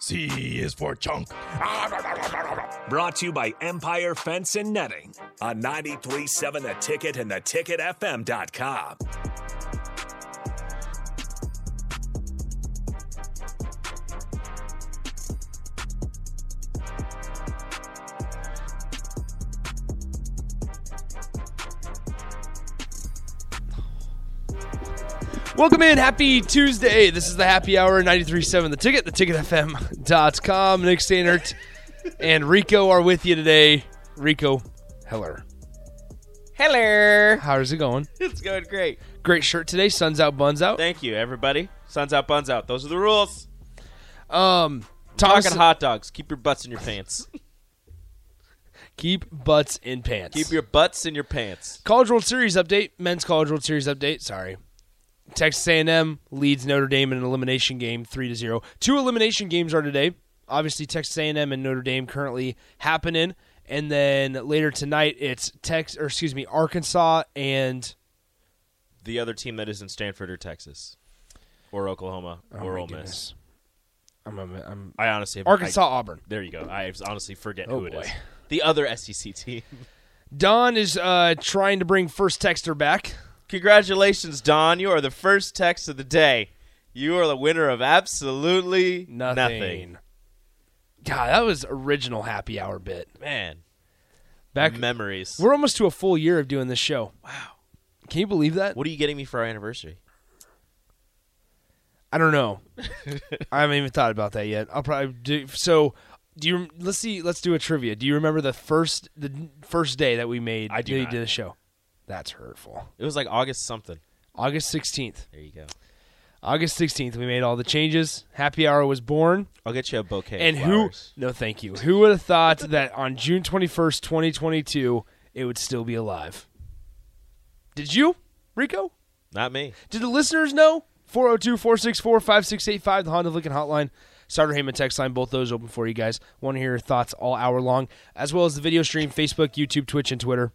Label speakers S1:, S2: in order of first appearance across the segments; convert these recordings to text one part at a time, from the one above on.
S1: C is for chunk.
S2: Brought to you by Empire Fence and Netting on 937 The Ticket and theticketfm.com.
S3: Welcome in. Happy Tuesday. This is the happy hour 93.7 The Ticket, theticketfm.com. Nick Stannert and Rico are with you today. Rico Heller.
S4: Hello.
S3: How's it going?
S4: It's going great.
S3: Great shirt today. Sun's out, buns out.
S4: Thank you, everybody. Suns out, buns out. Those are the rules.
S3: Um,
S4: Talking
S3: Thomas,
S4: hot dogs. Keep your butts in your pants.
S3: keep butts in pants.
S4: Keep your butts in your pants.
S3: College World Series update, men's College World Series update. Sorry, Texas A&M leads Notre Dame in an elimination game, three to zero. Two elimination games are today. Obviously, Texas A&M and Notre Dame currently happening, and then later tonight it's Tex or excuse me, Arkansas and
S4: The other team that is in Stanford or Texas or Oklahoma
S3: oh
S4: or
S3: my
S4: Ole Miss.
S3: goodness. I'm, I'm, I'm-
S4: I honestly have-
S3: Arkansas
S4: I-
S3: Auburn.
S4: there you go. I honestly forget
S3: Oh,
S4: who it is.
S3: boy.
S4: The other SEC team.
S3: Don is uh, trying to bring first texter back.
S4: Congratulations, Don. You are the first text of the day. You are the winner of absolutely
S3: Nothing. God, that was original happy hour bit.
S4: Man,
S3: Back
S4: memories.
S3: We're almost to a full year of doing this show. Wow. Can you believe that?
S4: What are you getting me for our anniversary?
S3: I don't know. I haven't even thought about that yet. I'll probably do so do you let's see let's do a trivia. Do you remember the first the first day that we made
S4: I do
S3: that you
S4: not.
S3: did the show? That's hurtful.
S4: It was like August something.
S3: August 16th.
S4: There you go.
S3: August 16th we made all the changes. Happy Hour was born.
S4: I'll get you a bouquet. of
S3: and who
S4: flowers.
S3: No, thank you. Who would have thought that on June 21st, 2022, it would still be alive? Did you, Rico?
S4: Not me.
S3: Did the listeners know? 402 464 5685, the Honda of Lincoln Hotline. Starter Heyman text line, both those open for you guys. Want to hear your thoughts all hour long, as well as the video stream, Facebook, YouTube, Twitch, and Twitter.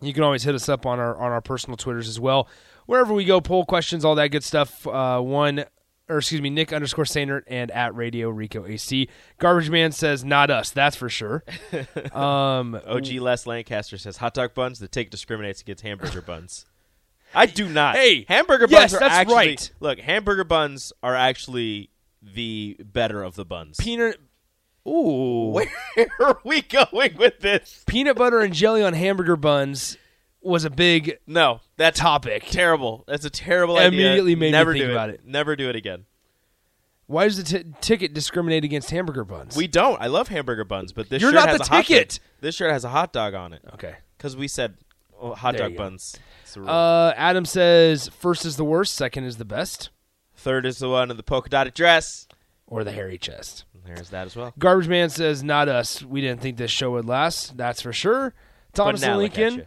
S3: You can always hit us up on our on our personal Twitters as well. Wherever we go, poll questions, all that good stuff. Uh, one, or excuse me, Nick underscore Sainert and at Radio Rico AC. Garbage Man says, not us, that's for sure. Uh,
S4: OG Les Lancaster says hot dog buns. The take discriminates against hamburger buns. I do not.
S3: Hey,
S4: hamburger
S3: yes,
S4: buns are
S3: that's
S4: actually
S3: right.
S4: look. Hamburger buns are actually the better of the buns.
S3: Peanut, ooh,
S4: Where are we going with this?
S3: peanut butter and jelly on hamburger buns was a big
S4: No, that's
S3: topic.
S4: terrible. That's a terrible
S3: It
S4: idea.
S3: immediately made me
S4: Never
S3: think
S4: do
S3: about
S4: it.
S3: it.
S4: Never do it again.
S3: Why does the t- ticket discriminate against hamburger buns?
S4: We don't. I love hamburger buns, but this
S3: You're
S4: shirt
S3: not
S4: has
S3: the
S4: a hot
S3: ticket.
S4: Dog. This shirt has a hot dog on it
S3: okay.
S4: because we said oh, hot
S3: There you
S4: dog
S3: go.
S4: buns. It's a rule.
S3: Uh, Adam says first is the worst, second is the best,
S4: Third is the one in the polka dotted dress.
S3: or the hairy chest.
S4: There's that as well.
S3: Garbage man says not us. We didn't think this show would last. That's for sure. Thomas
S4: But now
S3: and
S4: look at you.
S3: Lincoln.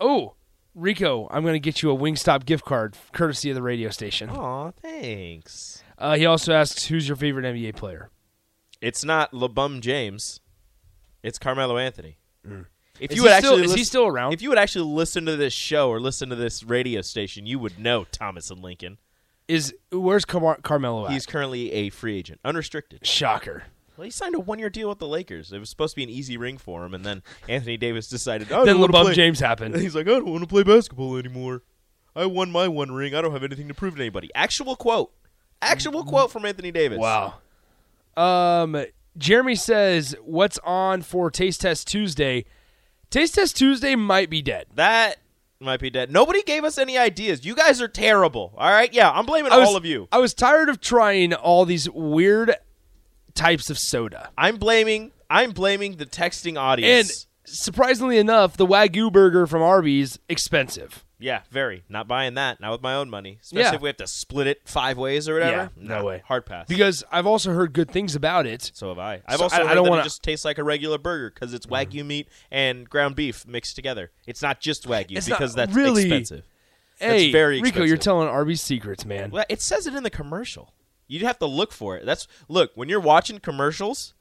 S3: Oh, Rico, I'm gonna get you a Wingstop gift card courtesy of the radio station.
S4: Aw, thanks.
S3: Uh, he also asks who's your favorite NBA player.
S4: It's not LeBum James. It's Carmelo Anthony. If
S3: Is
S4: you
S3: he
S4: would
S3: still-
S4: actually
S3: is he
S4: lis-
S3: still around?
S4: If you would actually listen to this show or listen to this radio station, you would know Thomas and Lincoln.
S3: Is where's Car- Carmelo at?
S4: He's currently a free agent, unrestricted.
S3: shocker.
S4: Well, he signed a one-year deal with the Lakers. It was supposed to be an easy ring for him, and then Anthony Davis decided. "Oh, I
S3: Then
S4: don't wanna
S3: LeBron
S4: play.
S3: James happened.
S4: He's like, I don't want to play basketball anymore. I won my one ring. I don't have anything to prove to anybody. Actual quote. Actual quote from Anthony Davis.
S3: Mm-hmm. Wow. Um, Jeremy says, "What's on for Taste Test Tuesday?" Taste Test Tuesday might be dead.
S4: That might be dead. Nobody gave us any ideas. You guys are terrible. All right? Yeah, I'm blaming
S3: I was-
S4: all of you.
S3: I was tired of trying all these weird types of soda,
S4: I'm blaming I'm blaming the texting
S3: and
S4: audience.
S3: surprisingly enough, the Wagyu burger from Arby's expensive.
S4: Yeah, very. Not buying that. Not with my own money. Especially
S3: Yeah.
S4: if we have to split it five ways or whatever.
S3: Yeah, no
S4: Nah,
S3: way.
S4: Hard pass.
S3: because I've also heard good things about it.
S4: so have I. I've
S3: So
S4: also
S3: I- I
S4: heard
S3: don't
S4: that
S3: wanna- Mm-hmm.
S4: it just tastes like a regular burger because it's wagyu meat and ground beef mixed together. It's not just wagyu
S3: It's not
S4: because that's
S3: really-
S4: expensive.
S3: Hey,
S4: very
S3: Rico, you're
S4: expensive.
S3: telling Arby's secrets, man.
S4: Well, it says it in the commercial. You'd have to look for it. That's look when you're watching commercials.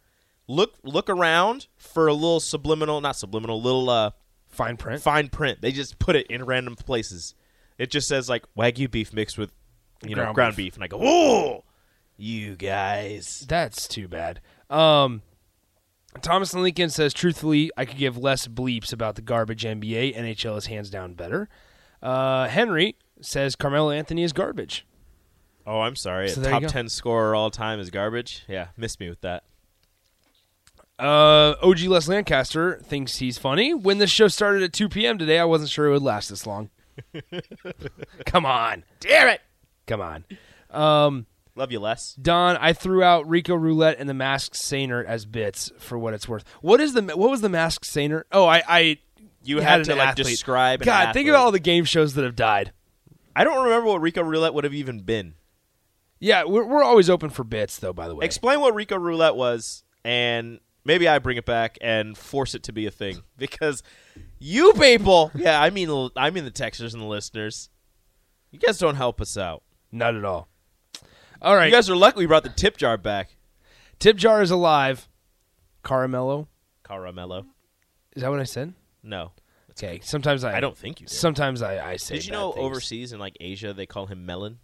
S4: Look look around for a little subliminal, not subliminal, little uh,
S3: Fine print.
S4: fine print. They just put it in random places. It just says like wagyu beef mixed with you know
S3: Ground
S4: ground beef, and I go, whoa, you guys.
S3: That's too bad. Um, Thomas and Lincoln says, truthfully, I could give less bleeps about the garbage NBA. NHL is hands down better. Uh, Henry says Carmelo Anthony is garbage.
S4: Oh, I'm sorry.
S3: So
S4: A
S3: there you
S4: top
S3: go.
S4: ten scorer all time is garbage. Yeah, missed me with that.
S3: Uh, OG Les Lancaster thinks he's funny. When this show started at 2 p.m. today, I wasn't sure it would last this long. Come on.
S4: Damn it.
S3: Come on.
S4: Love you, Les.
S3: Don, I threw out Rico Roulette and the Masked Saner as bits for what it's worth. What is the what was the Masked Saner? Oh, I I
S4: You
S3: had,
S4: had to,
S3: an
S4: like,
S3: athlete.
S4: describe an
S3: God, think
S4: athlete.
S3: about all the game shows that have died.
S4: I don't remember what Rico Roulette would have even been.
S3: Yeah, we're, we're always open for bits though. By the way,
S4: Explain what Rico Roulette was, and maybe I bring it back and force it to be a thing because you people, yeah, I mean, I mean the texters and the listeners, you guys don't help us out.
S3: not at all. All right,
S4: You guys are lucky we brought the tip jar back,
S3: Tip Jar is alive. Caramello,
S4: Caramello.
S3: is that what I said?
S4: No,
S3: Okay, sometimes I
S4: I don't think you did.
S3: Sometimes I I say.
S4: did you
S3: bad
S4: know
S3: things.
S4: overseas in like Asia they call him Melon?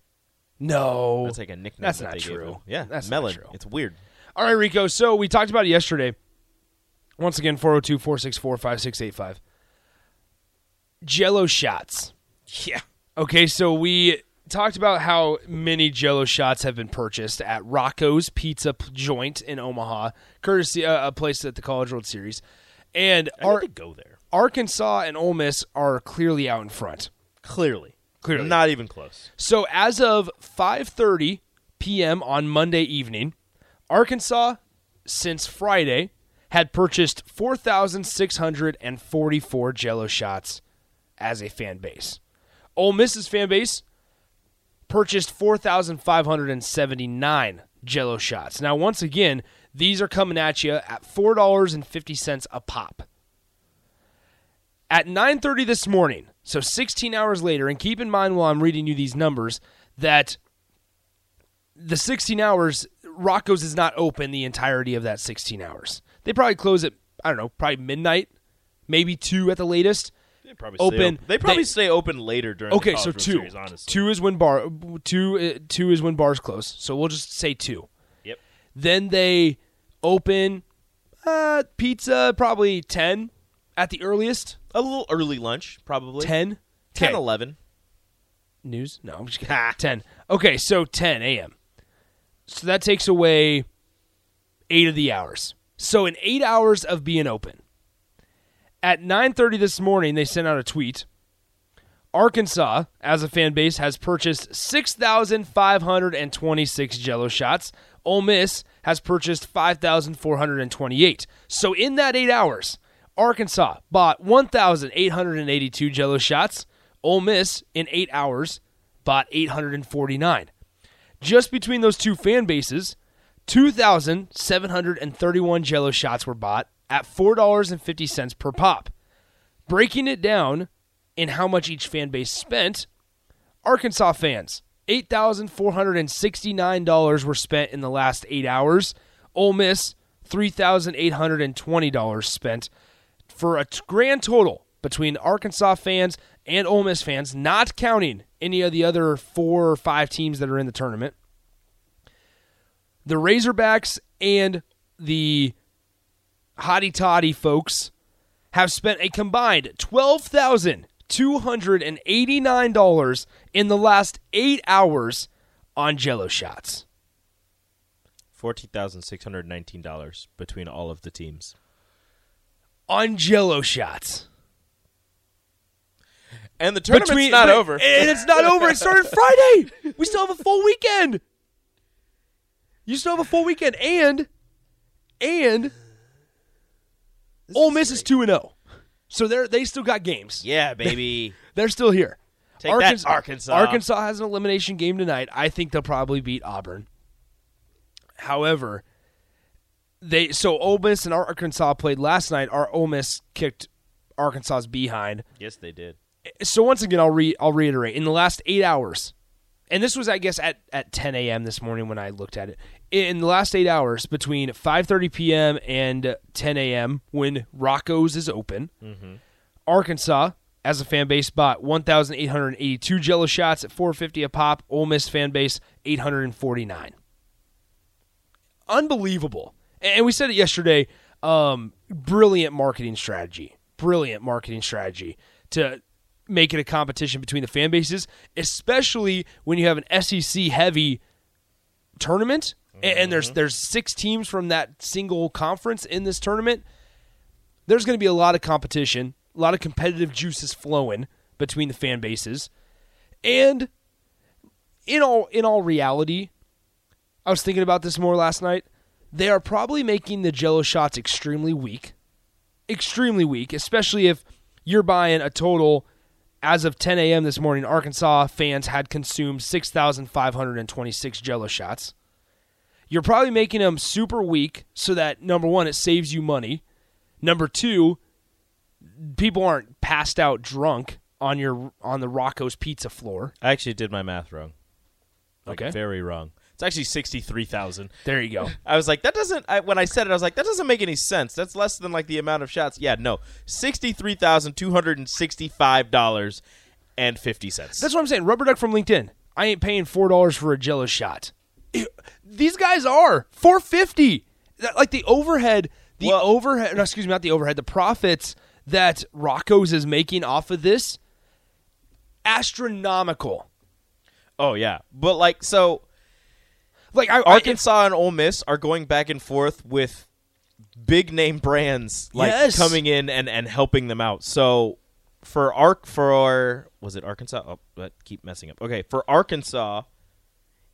S3: No,
S4: That's like a nickname.
S3: that's
S4: that
S3: not
S4: they gave
S3: true.
S4: him. Yeah,
S3: That's not
S4: Melon.
S3: true.
S4: It's weird.
S3: All right, Rico. So we talked about it yesterday. Once again, 402 464 5685. Jello shots.
S4: Yeah.
S3: Okay, so we talked about how many Jello shots have been purchased at Rocco's Pizza P- Joint in Omaha, courtesy uh, a place at the College World Series. And
S4: I need
S3: Ar-
S4: to go there.
S3: Arkansas and Ole Miss are clearly out in front.
S4: Clearly,
S3: Clearly.
S4: not even close.
S3: So as of 5:30 p.m. on Monday evening, Arkansas since Friday had purchased 4,644 jello shots as a fan base. Ole Miss's fan base purchased 4,579 jello shots. Now once again, these are coming at you at $4.50 a pop at 9:30 this morning, so 16 hours later, and keep in mind while I'm reading you these numbers that the 16 hours Rocco's is not open the entirety of that 16 hours. They probably close at I don't know, probably midnight, maybe 2 at the latest.
S4: They probably
S3: Open.
S4: Stay op- they probably
S3: They-
S4: stay open later during.
S3: Okay,
S4: the
S3: so
S4: College World
S3: 2.
S4: Series, honestly.
S3: 2 is when bar 2 uh, 2 is when bars close. So we'll just say 2.
S4: Yep.
S3: Then they open uh, pizza probably 10 at the earliest.
S4: A little early lunch, probably.
S3: 10
S4: 10,
S3: Okay.
S4: 11.
S3: news? No, I'm just kidding. 10. Okay, so 10 a.m. So that takes away eight of the hours. So in eight hours of being open, at 9:30 this morning, they sent out a tweet. Arkansas, as a fan base, has purchased 6,526 Jello shots. Ole Miss has purchased 5,428. So in that eight hours, Arkansas bought 1,882 Jello shots. Ole Miss in eight hours bought 849. Just between those two fan bases, 2,731 Jello shots were bought at $4.50 per pop breaking it down in how much each fan base spent, Arkansas fans, $8,469 were spent in the last eight hours. Ole Miss, $3,820 spent for a t- grand total between Arkansas fans and Ole Miss fans, not counting any of the other four or five teams that are in the tournament. The Razorbacks and the Hottie Toddy folks have spent a combined $12,289 in the last eight hours on jello shots.
S4: $14,619 between all of the teams.
S3: On jello shots.
S4: And the tournament's
S3: Between-
S4: not
S3: but-
S4: over.
S3: And it's not over. It started Friday. We still have a full weekend. You still have a full weekend. And, and, Ole Miss is 2 and 0. oh. So they're, they still got games.
S4: yeah, baby.
S3: They're still here.
S4: Take
S3: Arkansas,
S4: that, Arkansas.
S3: Arkansas has an elimination game tonight. I think they'll probably beat Auburn. However, they so Ole Miss and Arkansas played last night. Our Ole Miss kicked Arkansas's behind.
S4: Yes, they did.
S3: So once again, I'll re I'll reiterate. In the last eight hours, and this was I guess at at 10 a.m. this morning when I looked at it. In the last eight hours, between 5:30 p.m. and 10 a.m., when Rocco's is open, Arkansas as a fan base bought 1,882 Jello shots at 450 a pop. Ole Miss fan base 849. Unbelievable, and we said it yesterday. Um, brilliant marketing strategy. Brilliant marketing strategy to make it a competition between the fan bases, especially when you have an SEC heavy tournament a- and there's there's six teams from that single conference in this tournament there's going to be a lot of competition, a lot of competitive juices flowing between the fan bases. And in all in all reality, I was thinking about this more last night. They are probably making the jello shots extremely weak. Extremely weak, especially if you're buying a total as of 10 a.m. this morning, Arkansas fans had consumed 6,526 jello shots. You're probably making them super weak so that number one, it saves you money. Number two, people aren't passed out drunk on your on the Rocco's pizza floor.
S4: I actually did my math wrong. Like,
S3: Okay.
S4: Very wrong. It's actually 63,000.
S3: There you go.
S4: I was like, that doesn't. I, when I said it, I was like, that doesn't make any sense. That's less than like the amount of shots. Yeah, no, sixty-three thousand two hundred and sixty-five dollars and fifty cents.
S3: That's what I'm saying. Rubber duck from LinkedIn. I ain't paying four dollars for a Jello shot. Ew, These guys are four fifty. Like the overhead, the
S4: Well-
S3: overhead. No, excuse me, not the overhead. The profits that Rocco's is making off of this astronomical.
S4: oh yeah, but like so,
S3: Like I, I,
S4: Arkansas and Ole Miss are going back and forth with big name brands like
S3: Yes.
S4: coming in and and helping them out. So for Ark for was it Arkansas? Oh, but keep messing up. Okay, for Arkansas,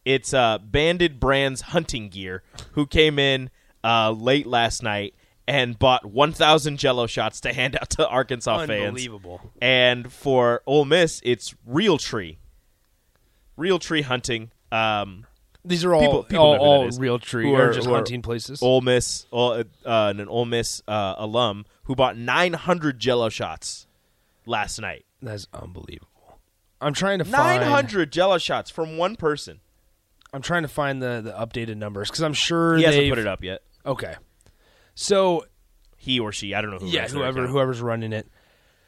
S4: it's uh Banded Brands Hunting Gear who came in uh late last night and bought 1000 jello shots to hand out to Arkansas fans.
S3: Unbelievable.
S4: And for Ole Miss, it's Real Tree. Real Tree hunting. Um
S3: these are all
S4: people- people
S3: all,
S4: know who
S3: all
S4: that is.
S3: real tree
S4: Who
S3: or
S4: are-
S3: just
S4: who are
S3: hunting places.
S4: Ole Miss, uh, uh, an Ole Miss uh, alum who bought 900 Jello shots last night.
S3: That's unbelievable. I'm trying to find
S4: 900 Jello shots from one person.
S3: I'm trying to find the the updated numbers because I'm sure
S4: He hasn't
S3: they've-
S4: put it up yet.
S3: Okay, so
S4: He or she, I don't know who.
S3: yeah,
S4: runs their
S3: whoever
S4: account.
S3: whoever's running it.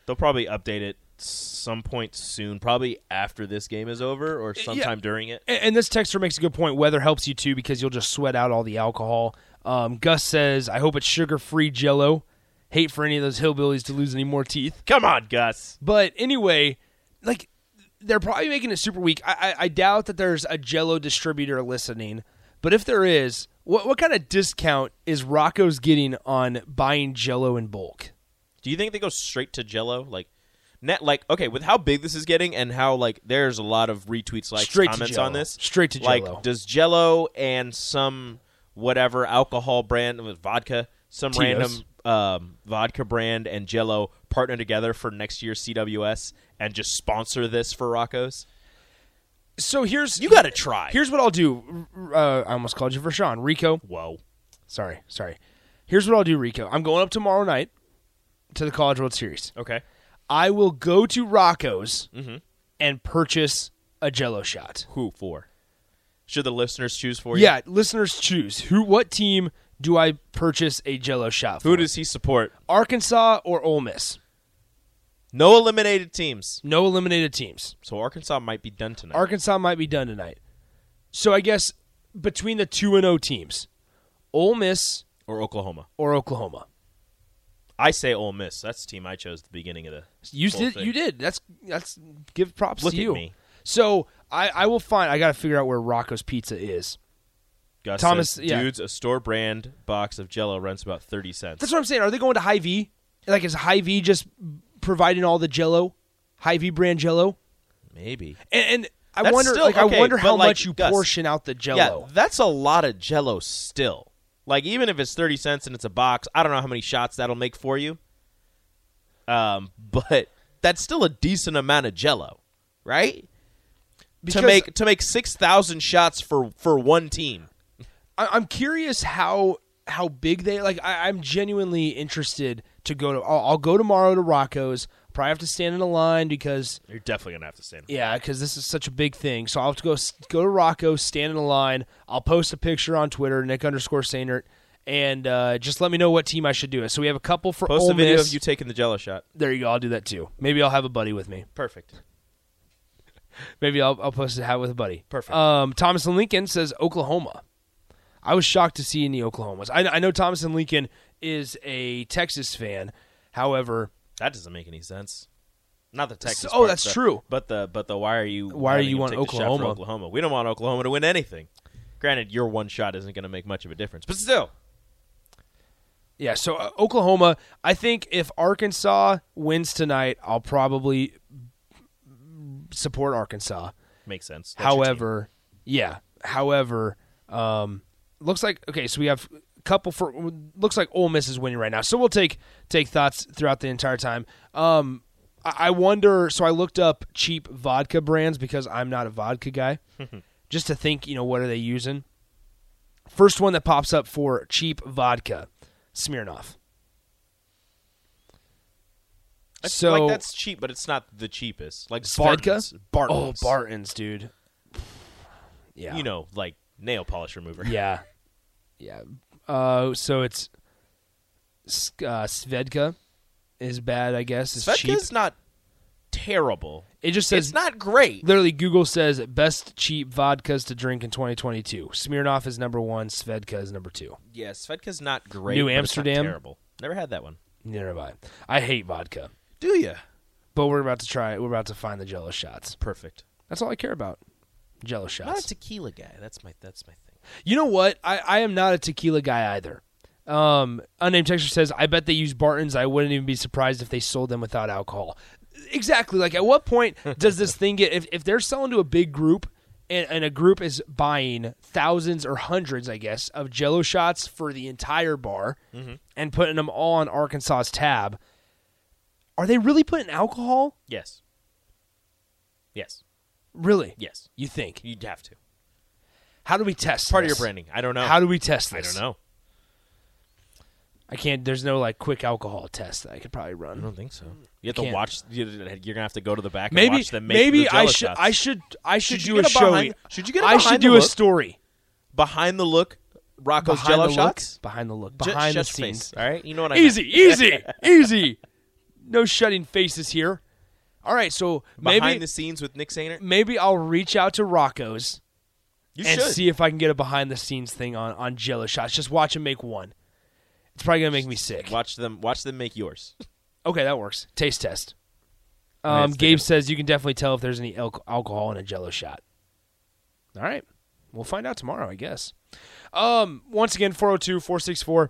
S4: They'll probably update it some point soon, probably after this game is over or sometime during it.
S3: And, and this texter makes a good point. Weather helps you too because you'll just sweat out all the alcohol. Um, Gus says, "I hope it's sugar-free Jello. Hate for any of those hillbillies to lose any more teeth."
S4: Come on, Gus.
S3: But anyway, like they're probably making it super weak. I, I, I doubt that there's a Jello distributor listening, but if there is, what what kind of discount is Rocco's getting on buying Jello in bulk?
S4: Do you think they go straight to Jello? Like, net, like okay, with how big this is getting and how like there's a lot of retweets, like
S3: Straight to
S4: comments
S3: Jell-O.
S4: on this.
S3: Straight to Jell-O.
S4: Like, does Jello and some whatever alcohol brand with vodka, some
S3: Tito's.
S4: random um, vodka brand and Jello partner together for next year's CWS and just sponsor this for Rocco's?
S3: So here's
S4: You got to try.
S3: Here's what I'll do. R- Uh, I almost called you for Sean. Rico,
S4: Whoa.
S3: sorry, sorry. Here's what I'll do, Rico. I'm going up tomorrow night to the College World Series.
S4: Okay.
S3: I will go to Rocco's
S4: Mm-hmm.
S3: and purchase a Jello shot.
S4: Who for? Should the listeners choose for you?
S3: Yeah, listeners choose who, what team do I purchase a Jello shot for?
S4: Who does he support?
S3: Arkansas or Ole Miss?
S4: No eliminated teams.
S3: No eliminated teams.
S4: So Arkansas might be done tonight.
S3: Arkansas might be done tonight. So I guess between the two and O teams, Ole Miss
S4: or Oklahoma.
S3: or Oklahoma.
S4: I say Ole Miss. That's the team I chose at the beginning of the.
S3: You
S4: whole
S3: did.
S4: thing.
S3: You did. That's that's. Give props
S4: Look
S3: to
S4: at
S3: you.
S4: me.
S3: So I I will find. I got to figure out where Rocco's Pizza is.
S4: Gus
S3: Thomas-
S4: says,
S3: yeah.
S4: dudes, a store brand box of Jello runs about thirty cents.
S3: That's what I'm saying. Are they going to High V? Like is High V just providing all the Jello, High V brand Jello?
S4: Maybe.
S3: And, and I
S4: That's
S3: wonder.
S4: still-
S3: like
S4: okay,
S3: I wonder
S4: but
S3: how
S4: like,
S3: much you
S4: Gus,
S3: portion out the
S4: Yeah,
S3: Jello.
S4: that's a lot of Jello still. Like even if it's thirty cents and it's a box, I don't know how many shots that'll make for you. Um, but that's still a decent amount of Jello, right?
S3: Because-
S4: to make to make six thousand shots for for one team.
S3: I, I'm curious how how big they like. I, I'm genuinely interested to go to. I'll, I'll go tomorrow to Rocco's. Probably have to stand in a line because
S5: You're definitely gonna have to stand.
S3: yeah, because this is such a big thing. So I'll have to go s- go to Rocco, stand in a line. I'll post a picture on Twitter, Nick underscore Sainert, and uh, just let me know what team I should do it. So we have a couple for
S4: Post
S3: Ole
S4: a video
S3: Miss.
S4: of you taking the Jello shot.
S3: there you go. I'll do that too. Maybe I'll have a buddy with me.
S4: Perfect.
S3: Maybe I'll, I'll post a hat with a buddy.
S4: Perfect.
S3: Um, Thomas and Lincoln says Oklahoma. I was shocked to see any Oklahomas. I, I know Thomas and Lincoln is a Texas fan. However,
S4: That doesn't make any sense. Not the Texas.
S3: oh,
S4: part,
S3: that's
S4: the-
S3: true.
S4: But the but the why are you
S3: Why are
S4: having
S3: you
S4: him
S3: on
S4: take the shot for
S3: Oklahoma?
S4: Oklahoma. We don't want Oklahoma to win anything. Granted, your one shot isn't going to make much of a difference, but still,
S3: yeah, so uh, Oklahoma, I think if Arkansas wins tonight, I'll probably support Arkansas.
S5: Makes sense. That's your team.
S3: However, yeah. However, um, looks like okay. So we have a couple for looks like Ole Miss is winning right now. So we'll take take thoughts throughout the entire time. Um, I, I wonder. So I looked up cheap vodka brands because I'm not a vodka guy. just to think, you know, what are they using? First one that pops up for cheap vodka, Smirnoff.
S4: I-
S3: So
S4: like that's cheap, but it's not the cheapest. Like
S3: vodka,
S4: Fenton's, Bartlett's,
S3: Oh, Bartons, dude. Yeah,
S4: You know, like nail polish remover.
S3: Yeah. Yeah. Uh, so it's S- uh, Svedka is bad, I guess. It's cheap.
S4: Svedka's not terrible.
S3: It just says
S4: It's not great.
S3: literally Google says best cheap vodkas to drink in 2022. Smirnoff is number 1, Svedka is number 2.
S4: Yeah, Svedka's not great.
S3: New
S4: but it's not
S3: Amsterdam?
S4: terrible. Never had that one.
S3: Neither have I. I hate vodka,
S4: Do you?
S3: but we're about to try we're about to find the jello shots.
S4: Perfect.
S3: That's all I care about. Jello
S4: I'm not
S3: shots.
S4: a tequila guy. That's my that's my thing.
S3: You know what? I, I am not a tequila guy either. Um, unnamed texture says, I bet they use Bartons. I wouldn't even be surprised if they sold them without alcohol. Exactly. Like, at what point does this thing get, if, if they're selling to a big group and, and a group is buying thousands or hundreds, I guess, of jello shots for the entire bar
S4: Mm-hmm.
S3: and putting them all on Arkansas's tab, are they really putting alcohol?
S4: Yes. Yes.
S3: Really?
S4: Yes.
S3: You think?
S4: You'd have to.
S3: How do we test
S4: Part of
S3: this?
S4: your branding. I don't know.
S3: How do we test
S4: I
S3: this?
S4: don't know.
S3: I can't. There's no like quick alcohol test that I could probably
S4: I
S3: run.
S4: don't think so. You have
S3: Can't.
S4: to watch. you- You're gonna have to go to the back. and
S3: Maybe
S4: watch them make
S3: maybe
S4: the
S3: I
S4: jello
S3: should
S4: shots.
S3: I should I should,
S4: Should
S3: do
S4: you
S3: a
S4: get a
S3: show.
S4: behind- should you get a
S3: I
S4: behind
S3: should
S4: the
S3: do a
S4: look?
S3: story
S4: behind the look. Rocco's
S3: behind
S4: jello
S3: the
S4: shots.
S3: look behind the look
S4: Ju-
S3: behind the
S4: shut your face,
S3: scenes.
S4: all right, you know what I mean.
S3: Easy, easy, easy. No shutting faces here. All right, so
S4: Behind
S3: maybe
S4: the scenes with Nick Sainer.
S3: maybe I'll reach out to Rocco's
S4: You
S3: and
S4: should.
S3: see if I can get a behind the scenes thing on on Jello shots. Just watch him make one. It's probably gonna make me sick.
S4: Watch them. Watch them make yours.
S3: Okay, that works. Taste test.
S4: mean,
S3: Um,
S4: it's
S3: Gabe
S4: the-
S3: says you can definitely tell if there's any al- alcohol in a Jello shot. All right, we'll find out tomorrow, I guess. Um, once again, 402-464-5685,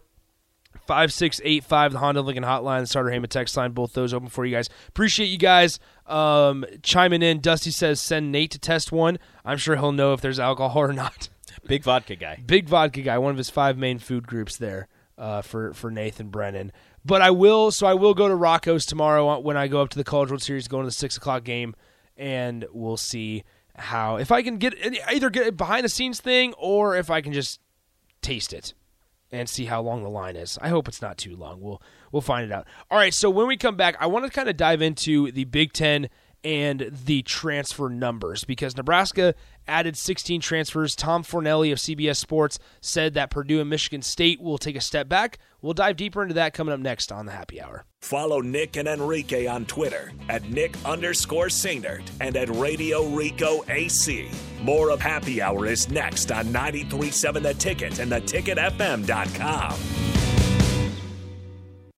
S3: the Honda Lincoln Hotline, the Starter Heyman text line, both those open for you guys. Appreciate you guys um, chiming in. Dusty says send Nate to test one. I'm sure he'll know if there's alcohol or not.
S4: Big vodka guy.
S3: Big vodka guy, one of his five main food groups there uh, for for Nathan Brennan. But I will, so I will go to Rocco's tomorrow when I go up to the College World Series, going to the six o'clock game, and we'll see how if I can get either get a behind the scenes thing or if I can just taste it and see how long the line is. I hope it's not too long. We'll we'll find it out. All right, so when we come back, I want to kind of dive into the Big 10 and the transfer numbers because Nebraska added 16 transfers. Tom Fornelli of CBS Sports said that Purdue and Michigan State will take a step back. We'll dive deeper into that coming up next on the Happy Hour.
S2: Follow Nick and Enrique on Twitter at Nick underscore Sainert and at Radio Rico AC. More of Happy Hour is next on 937 The Ticket and theticketfm.com.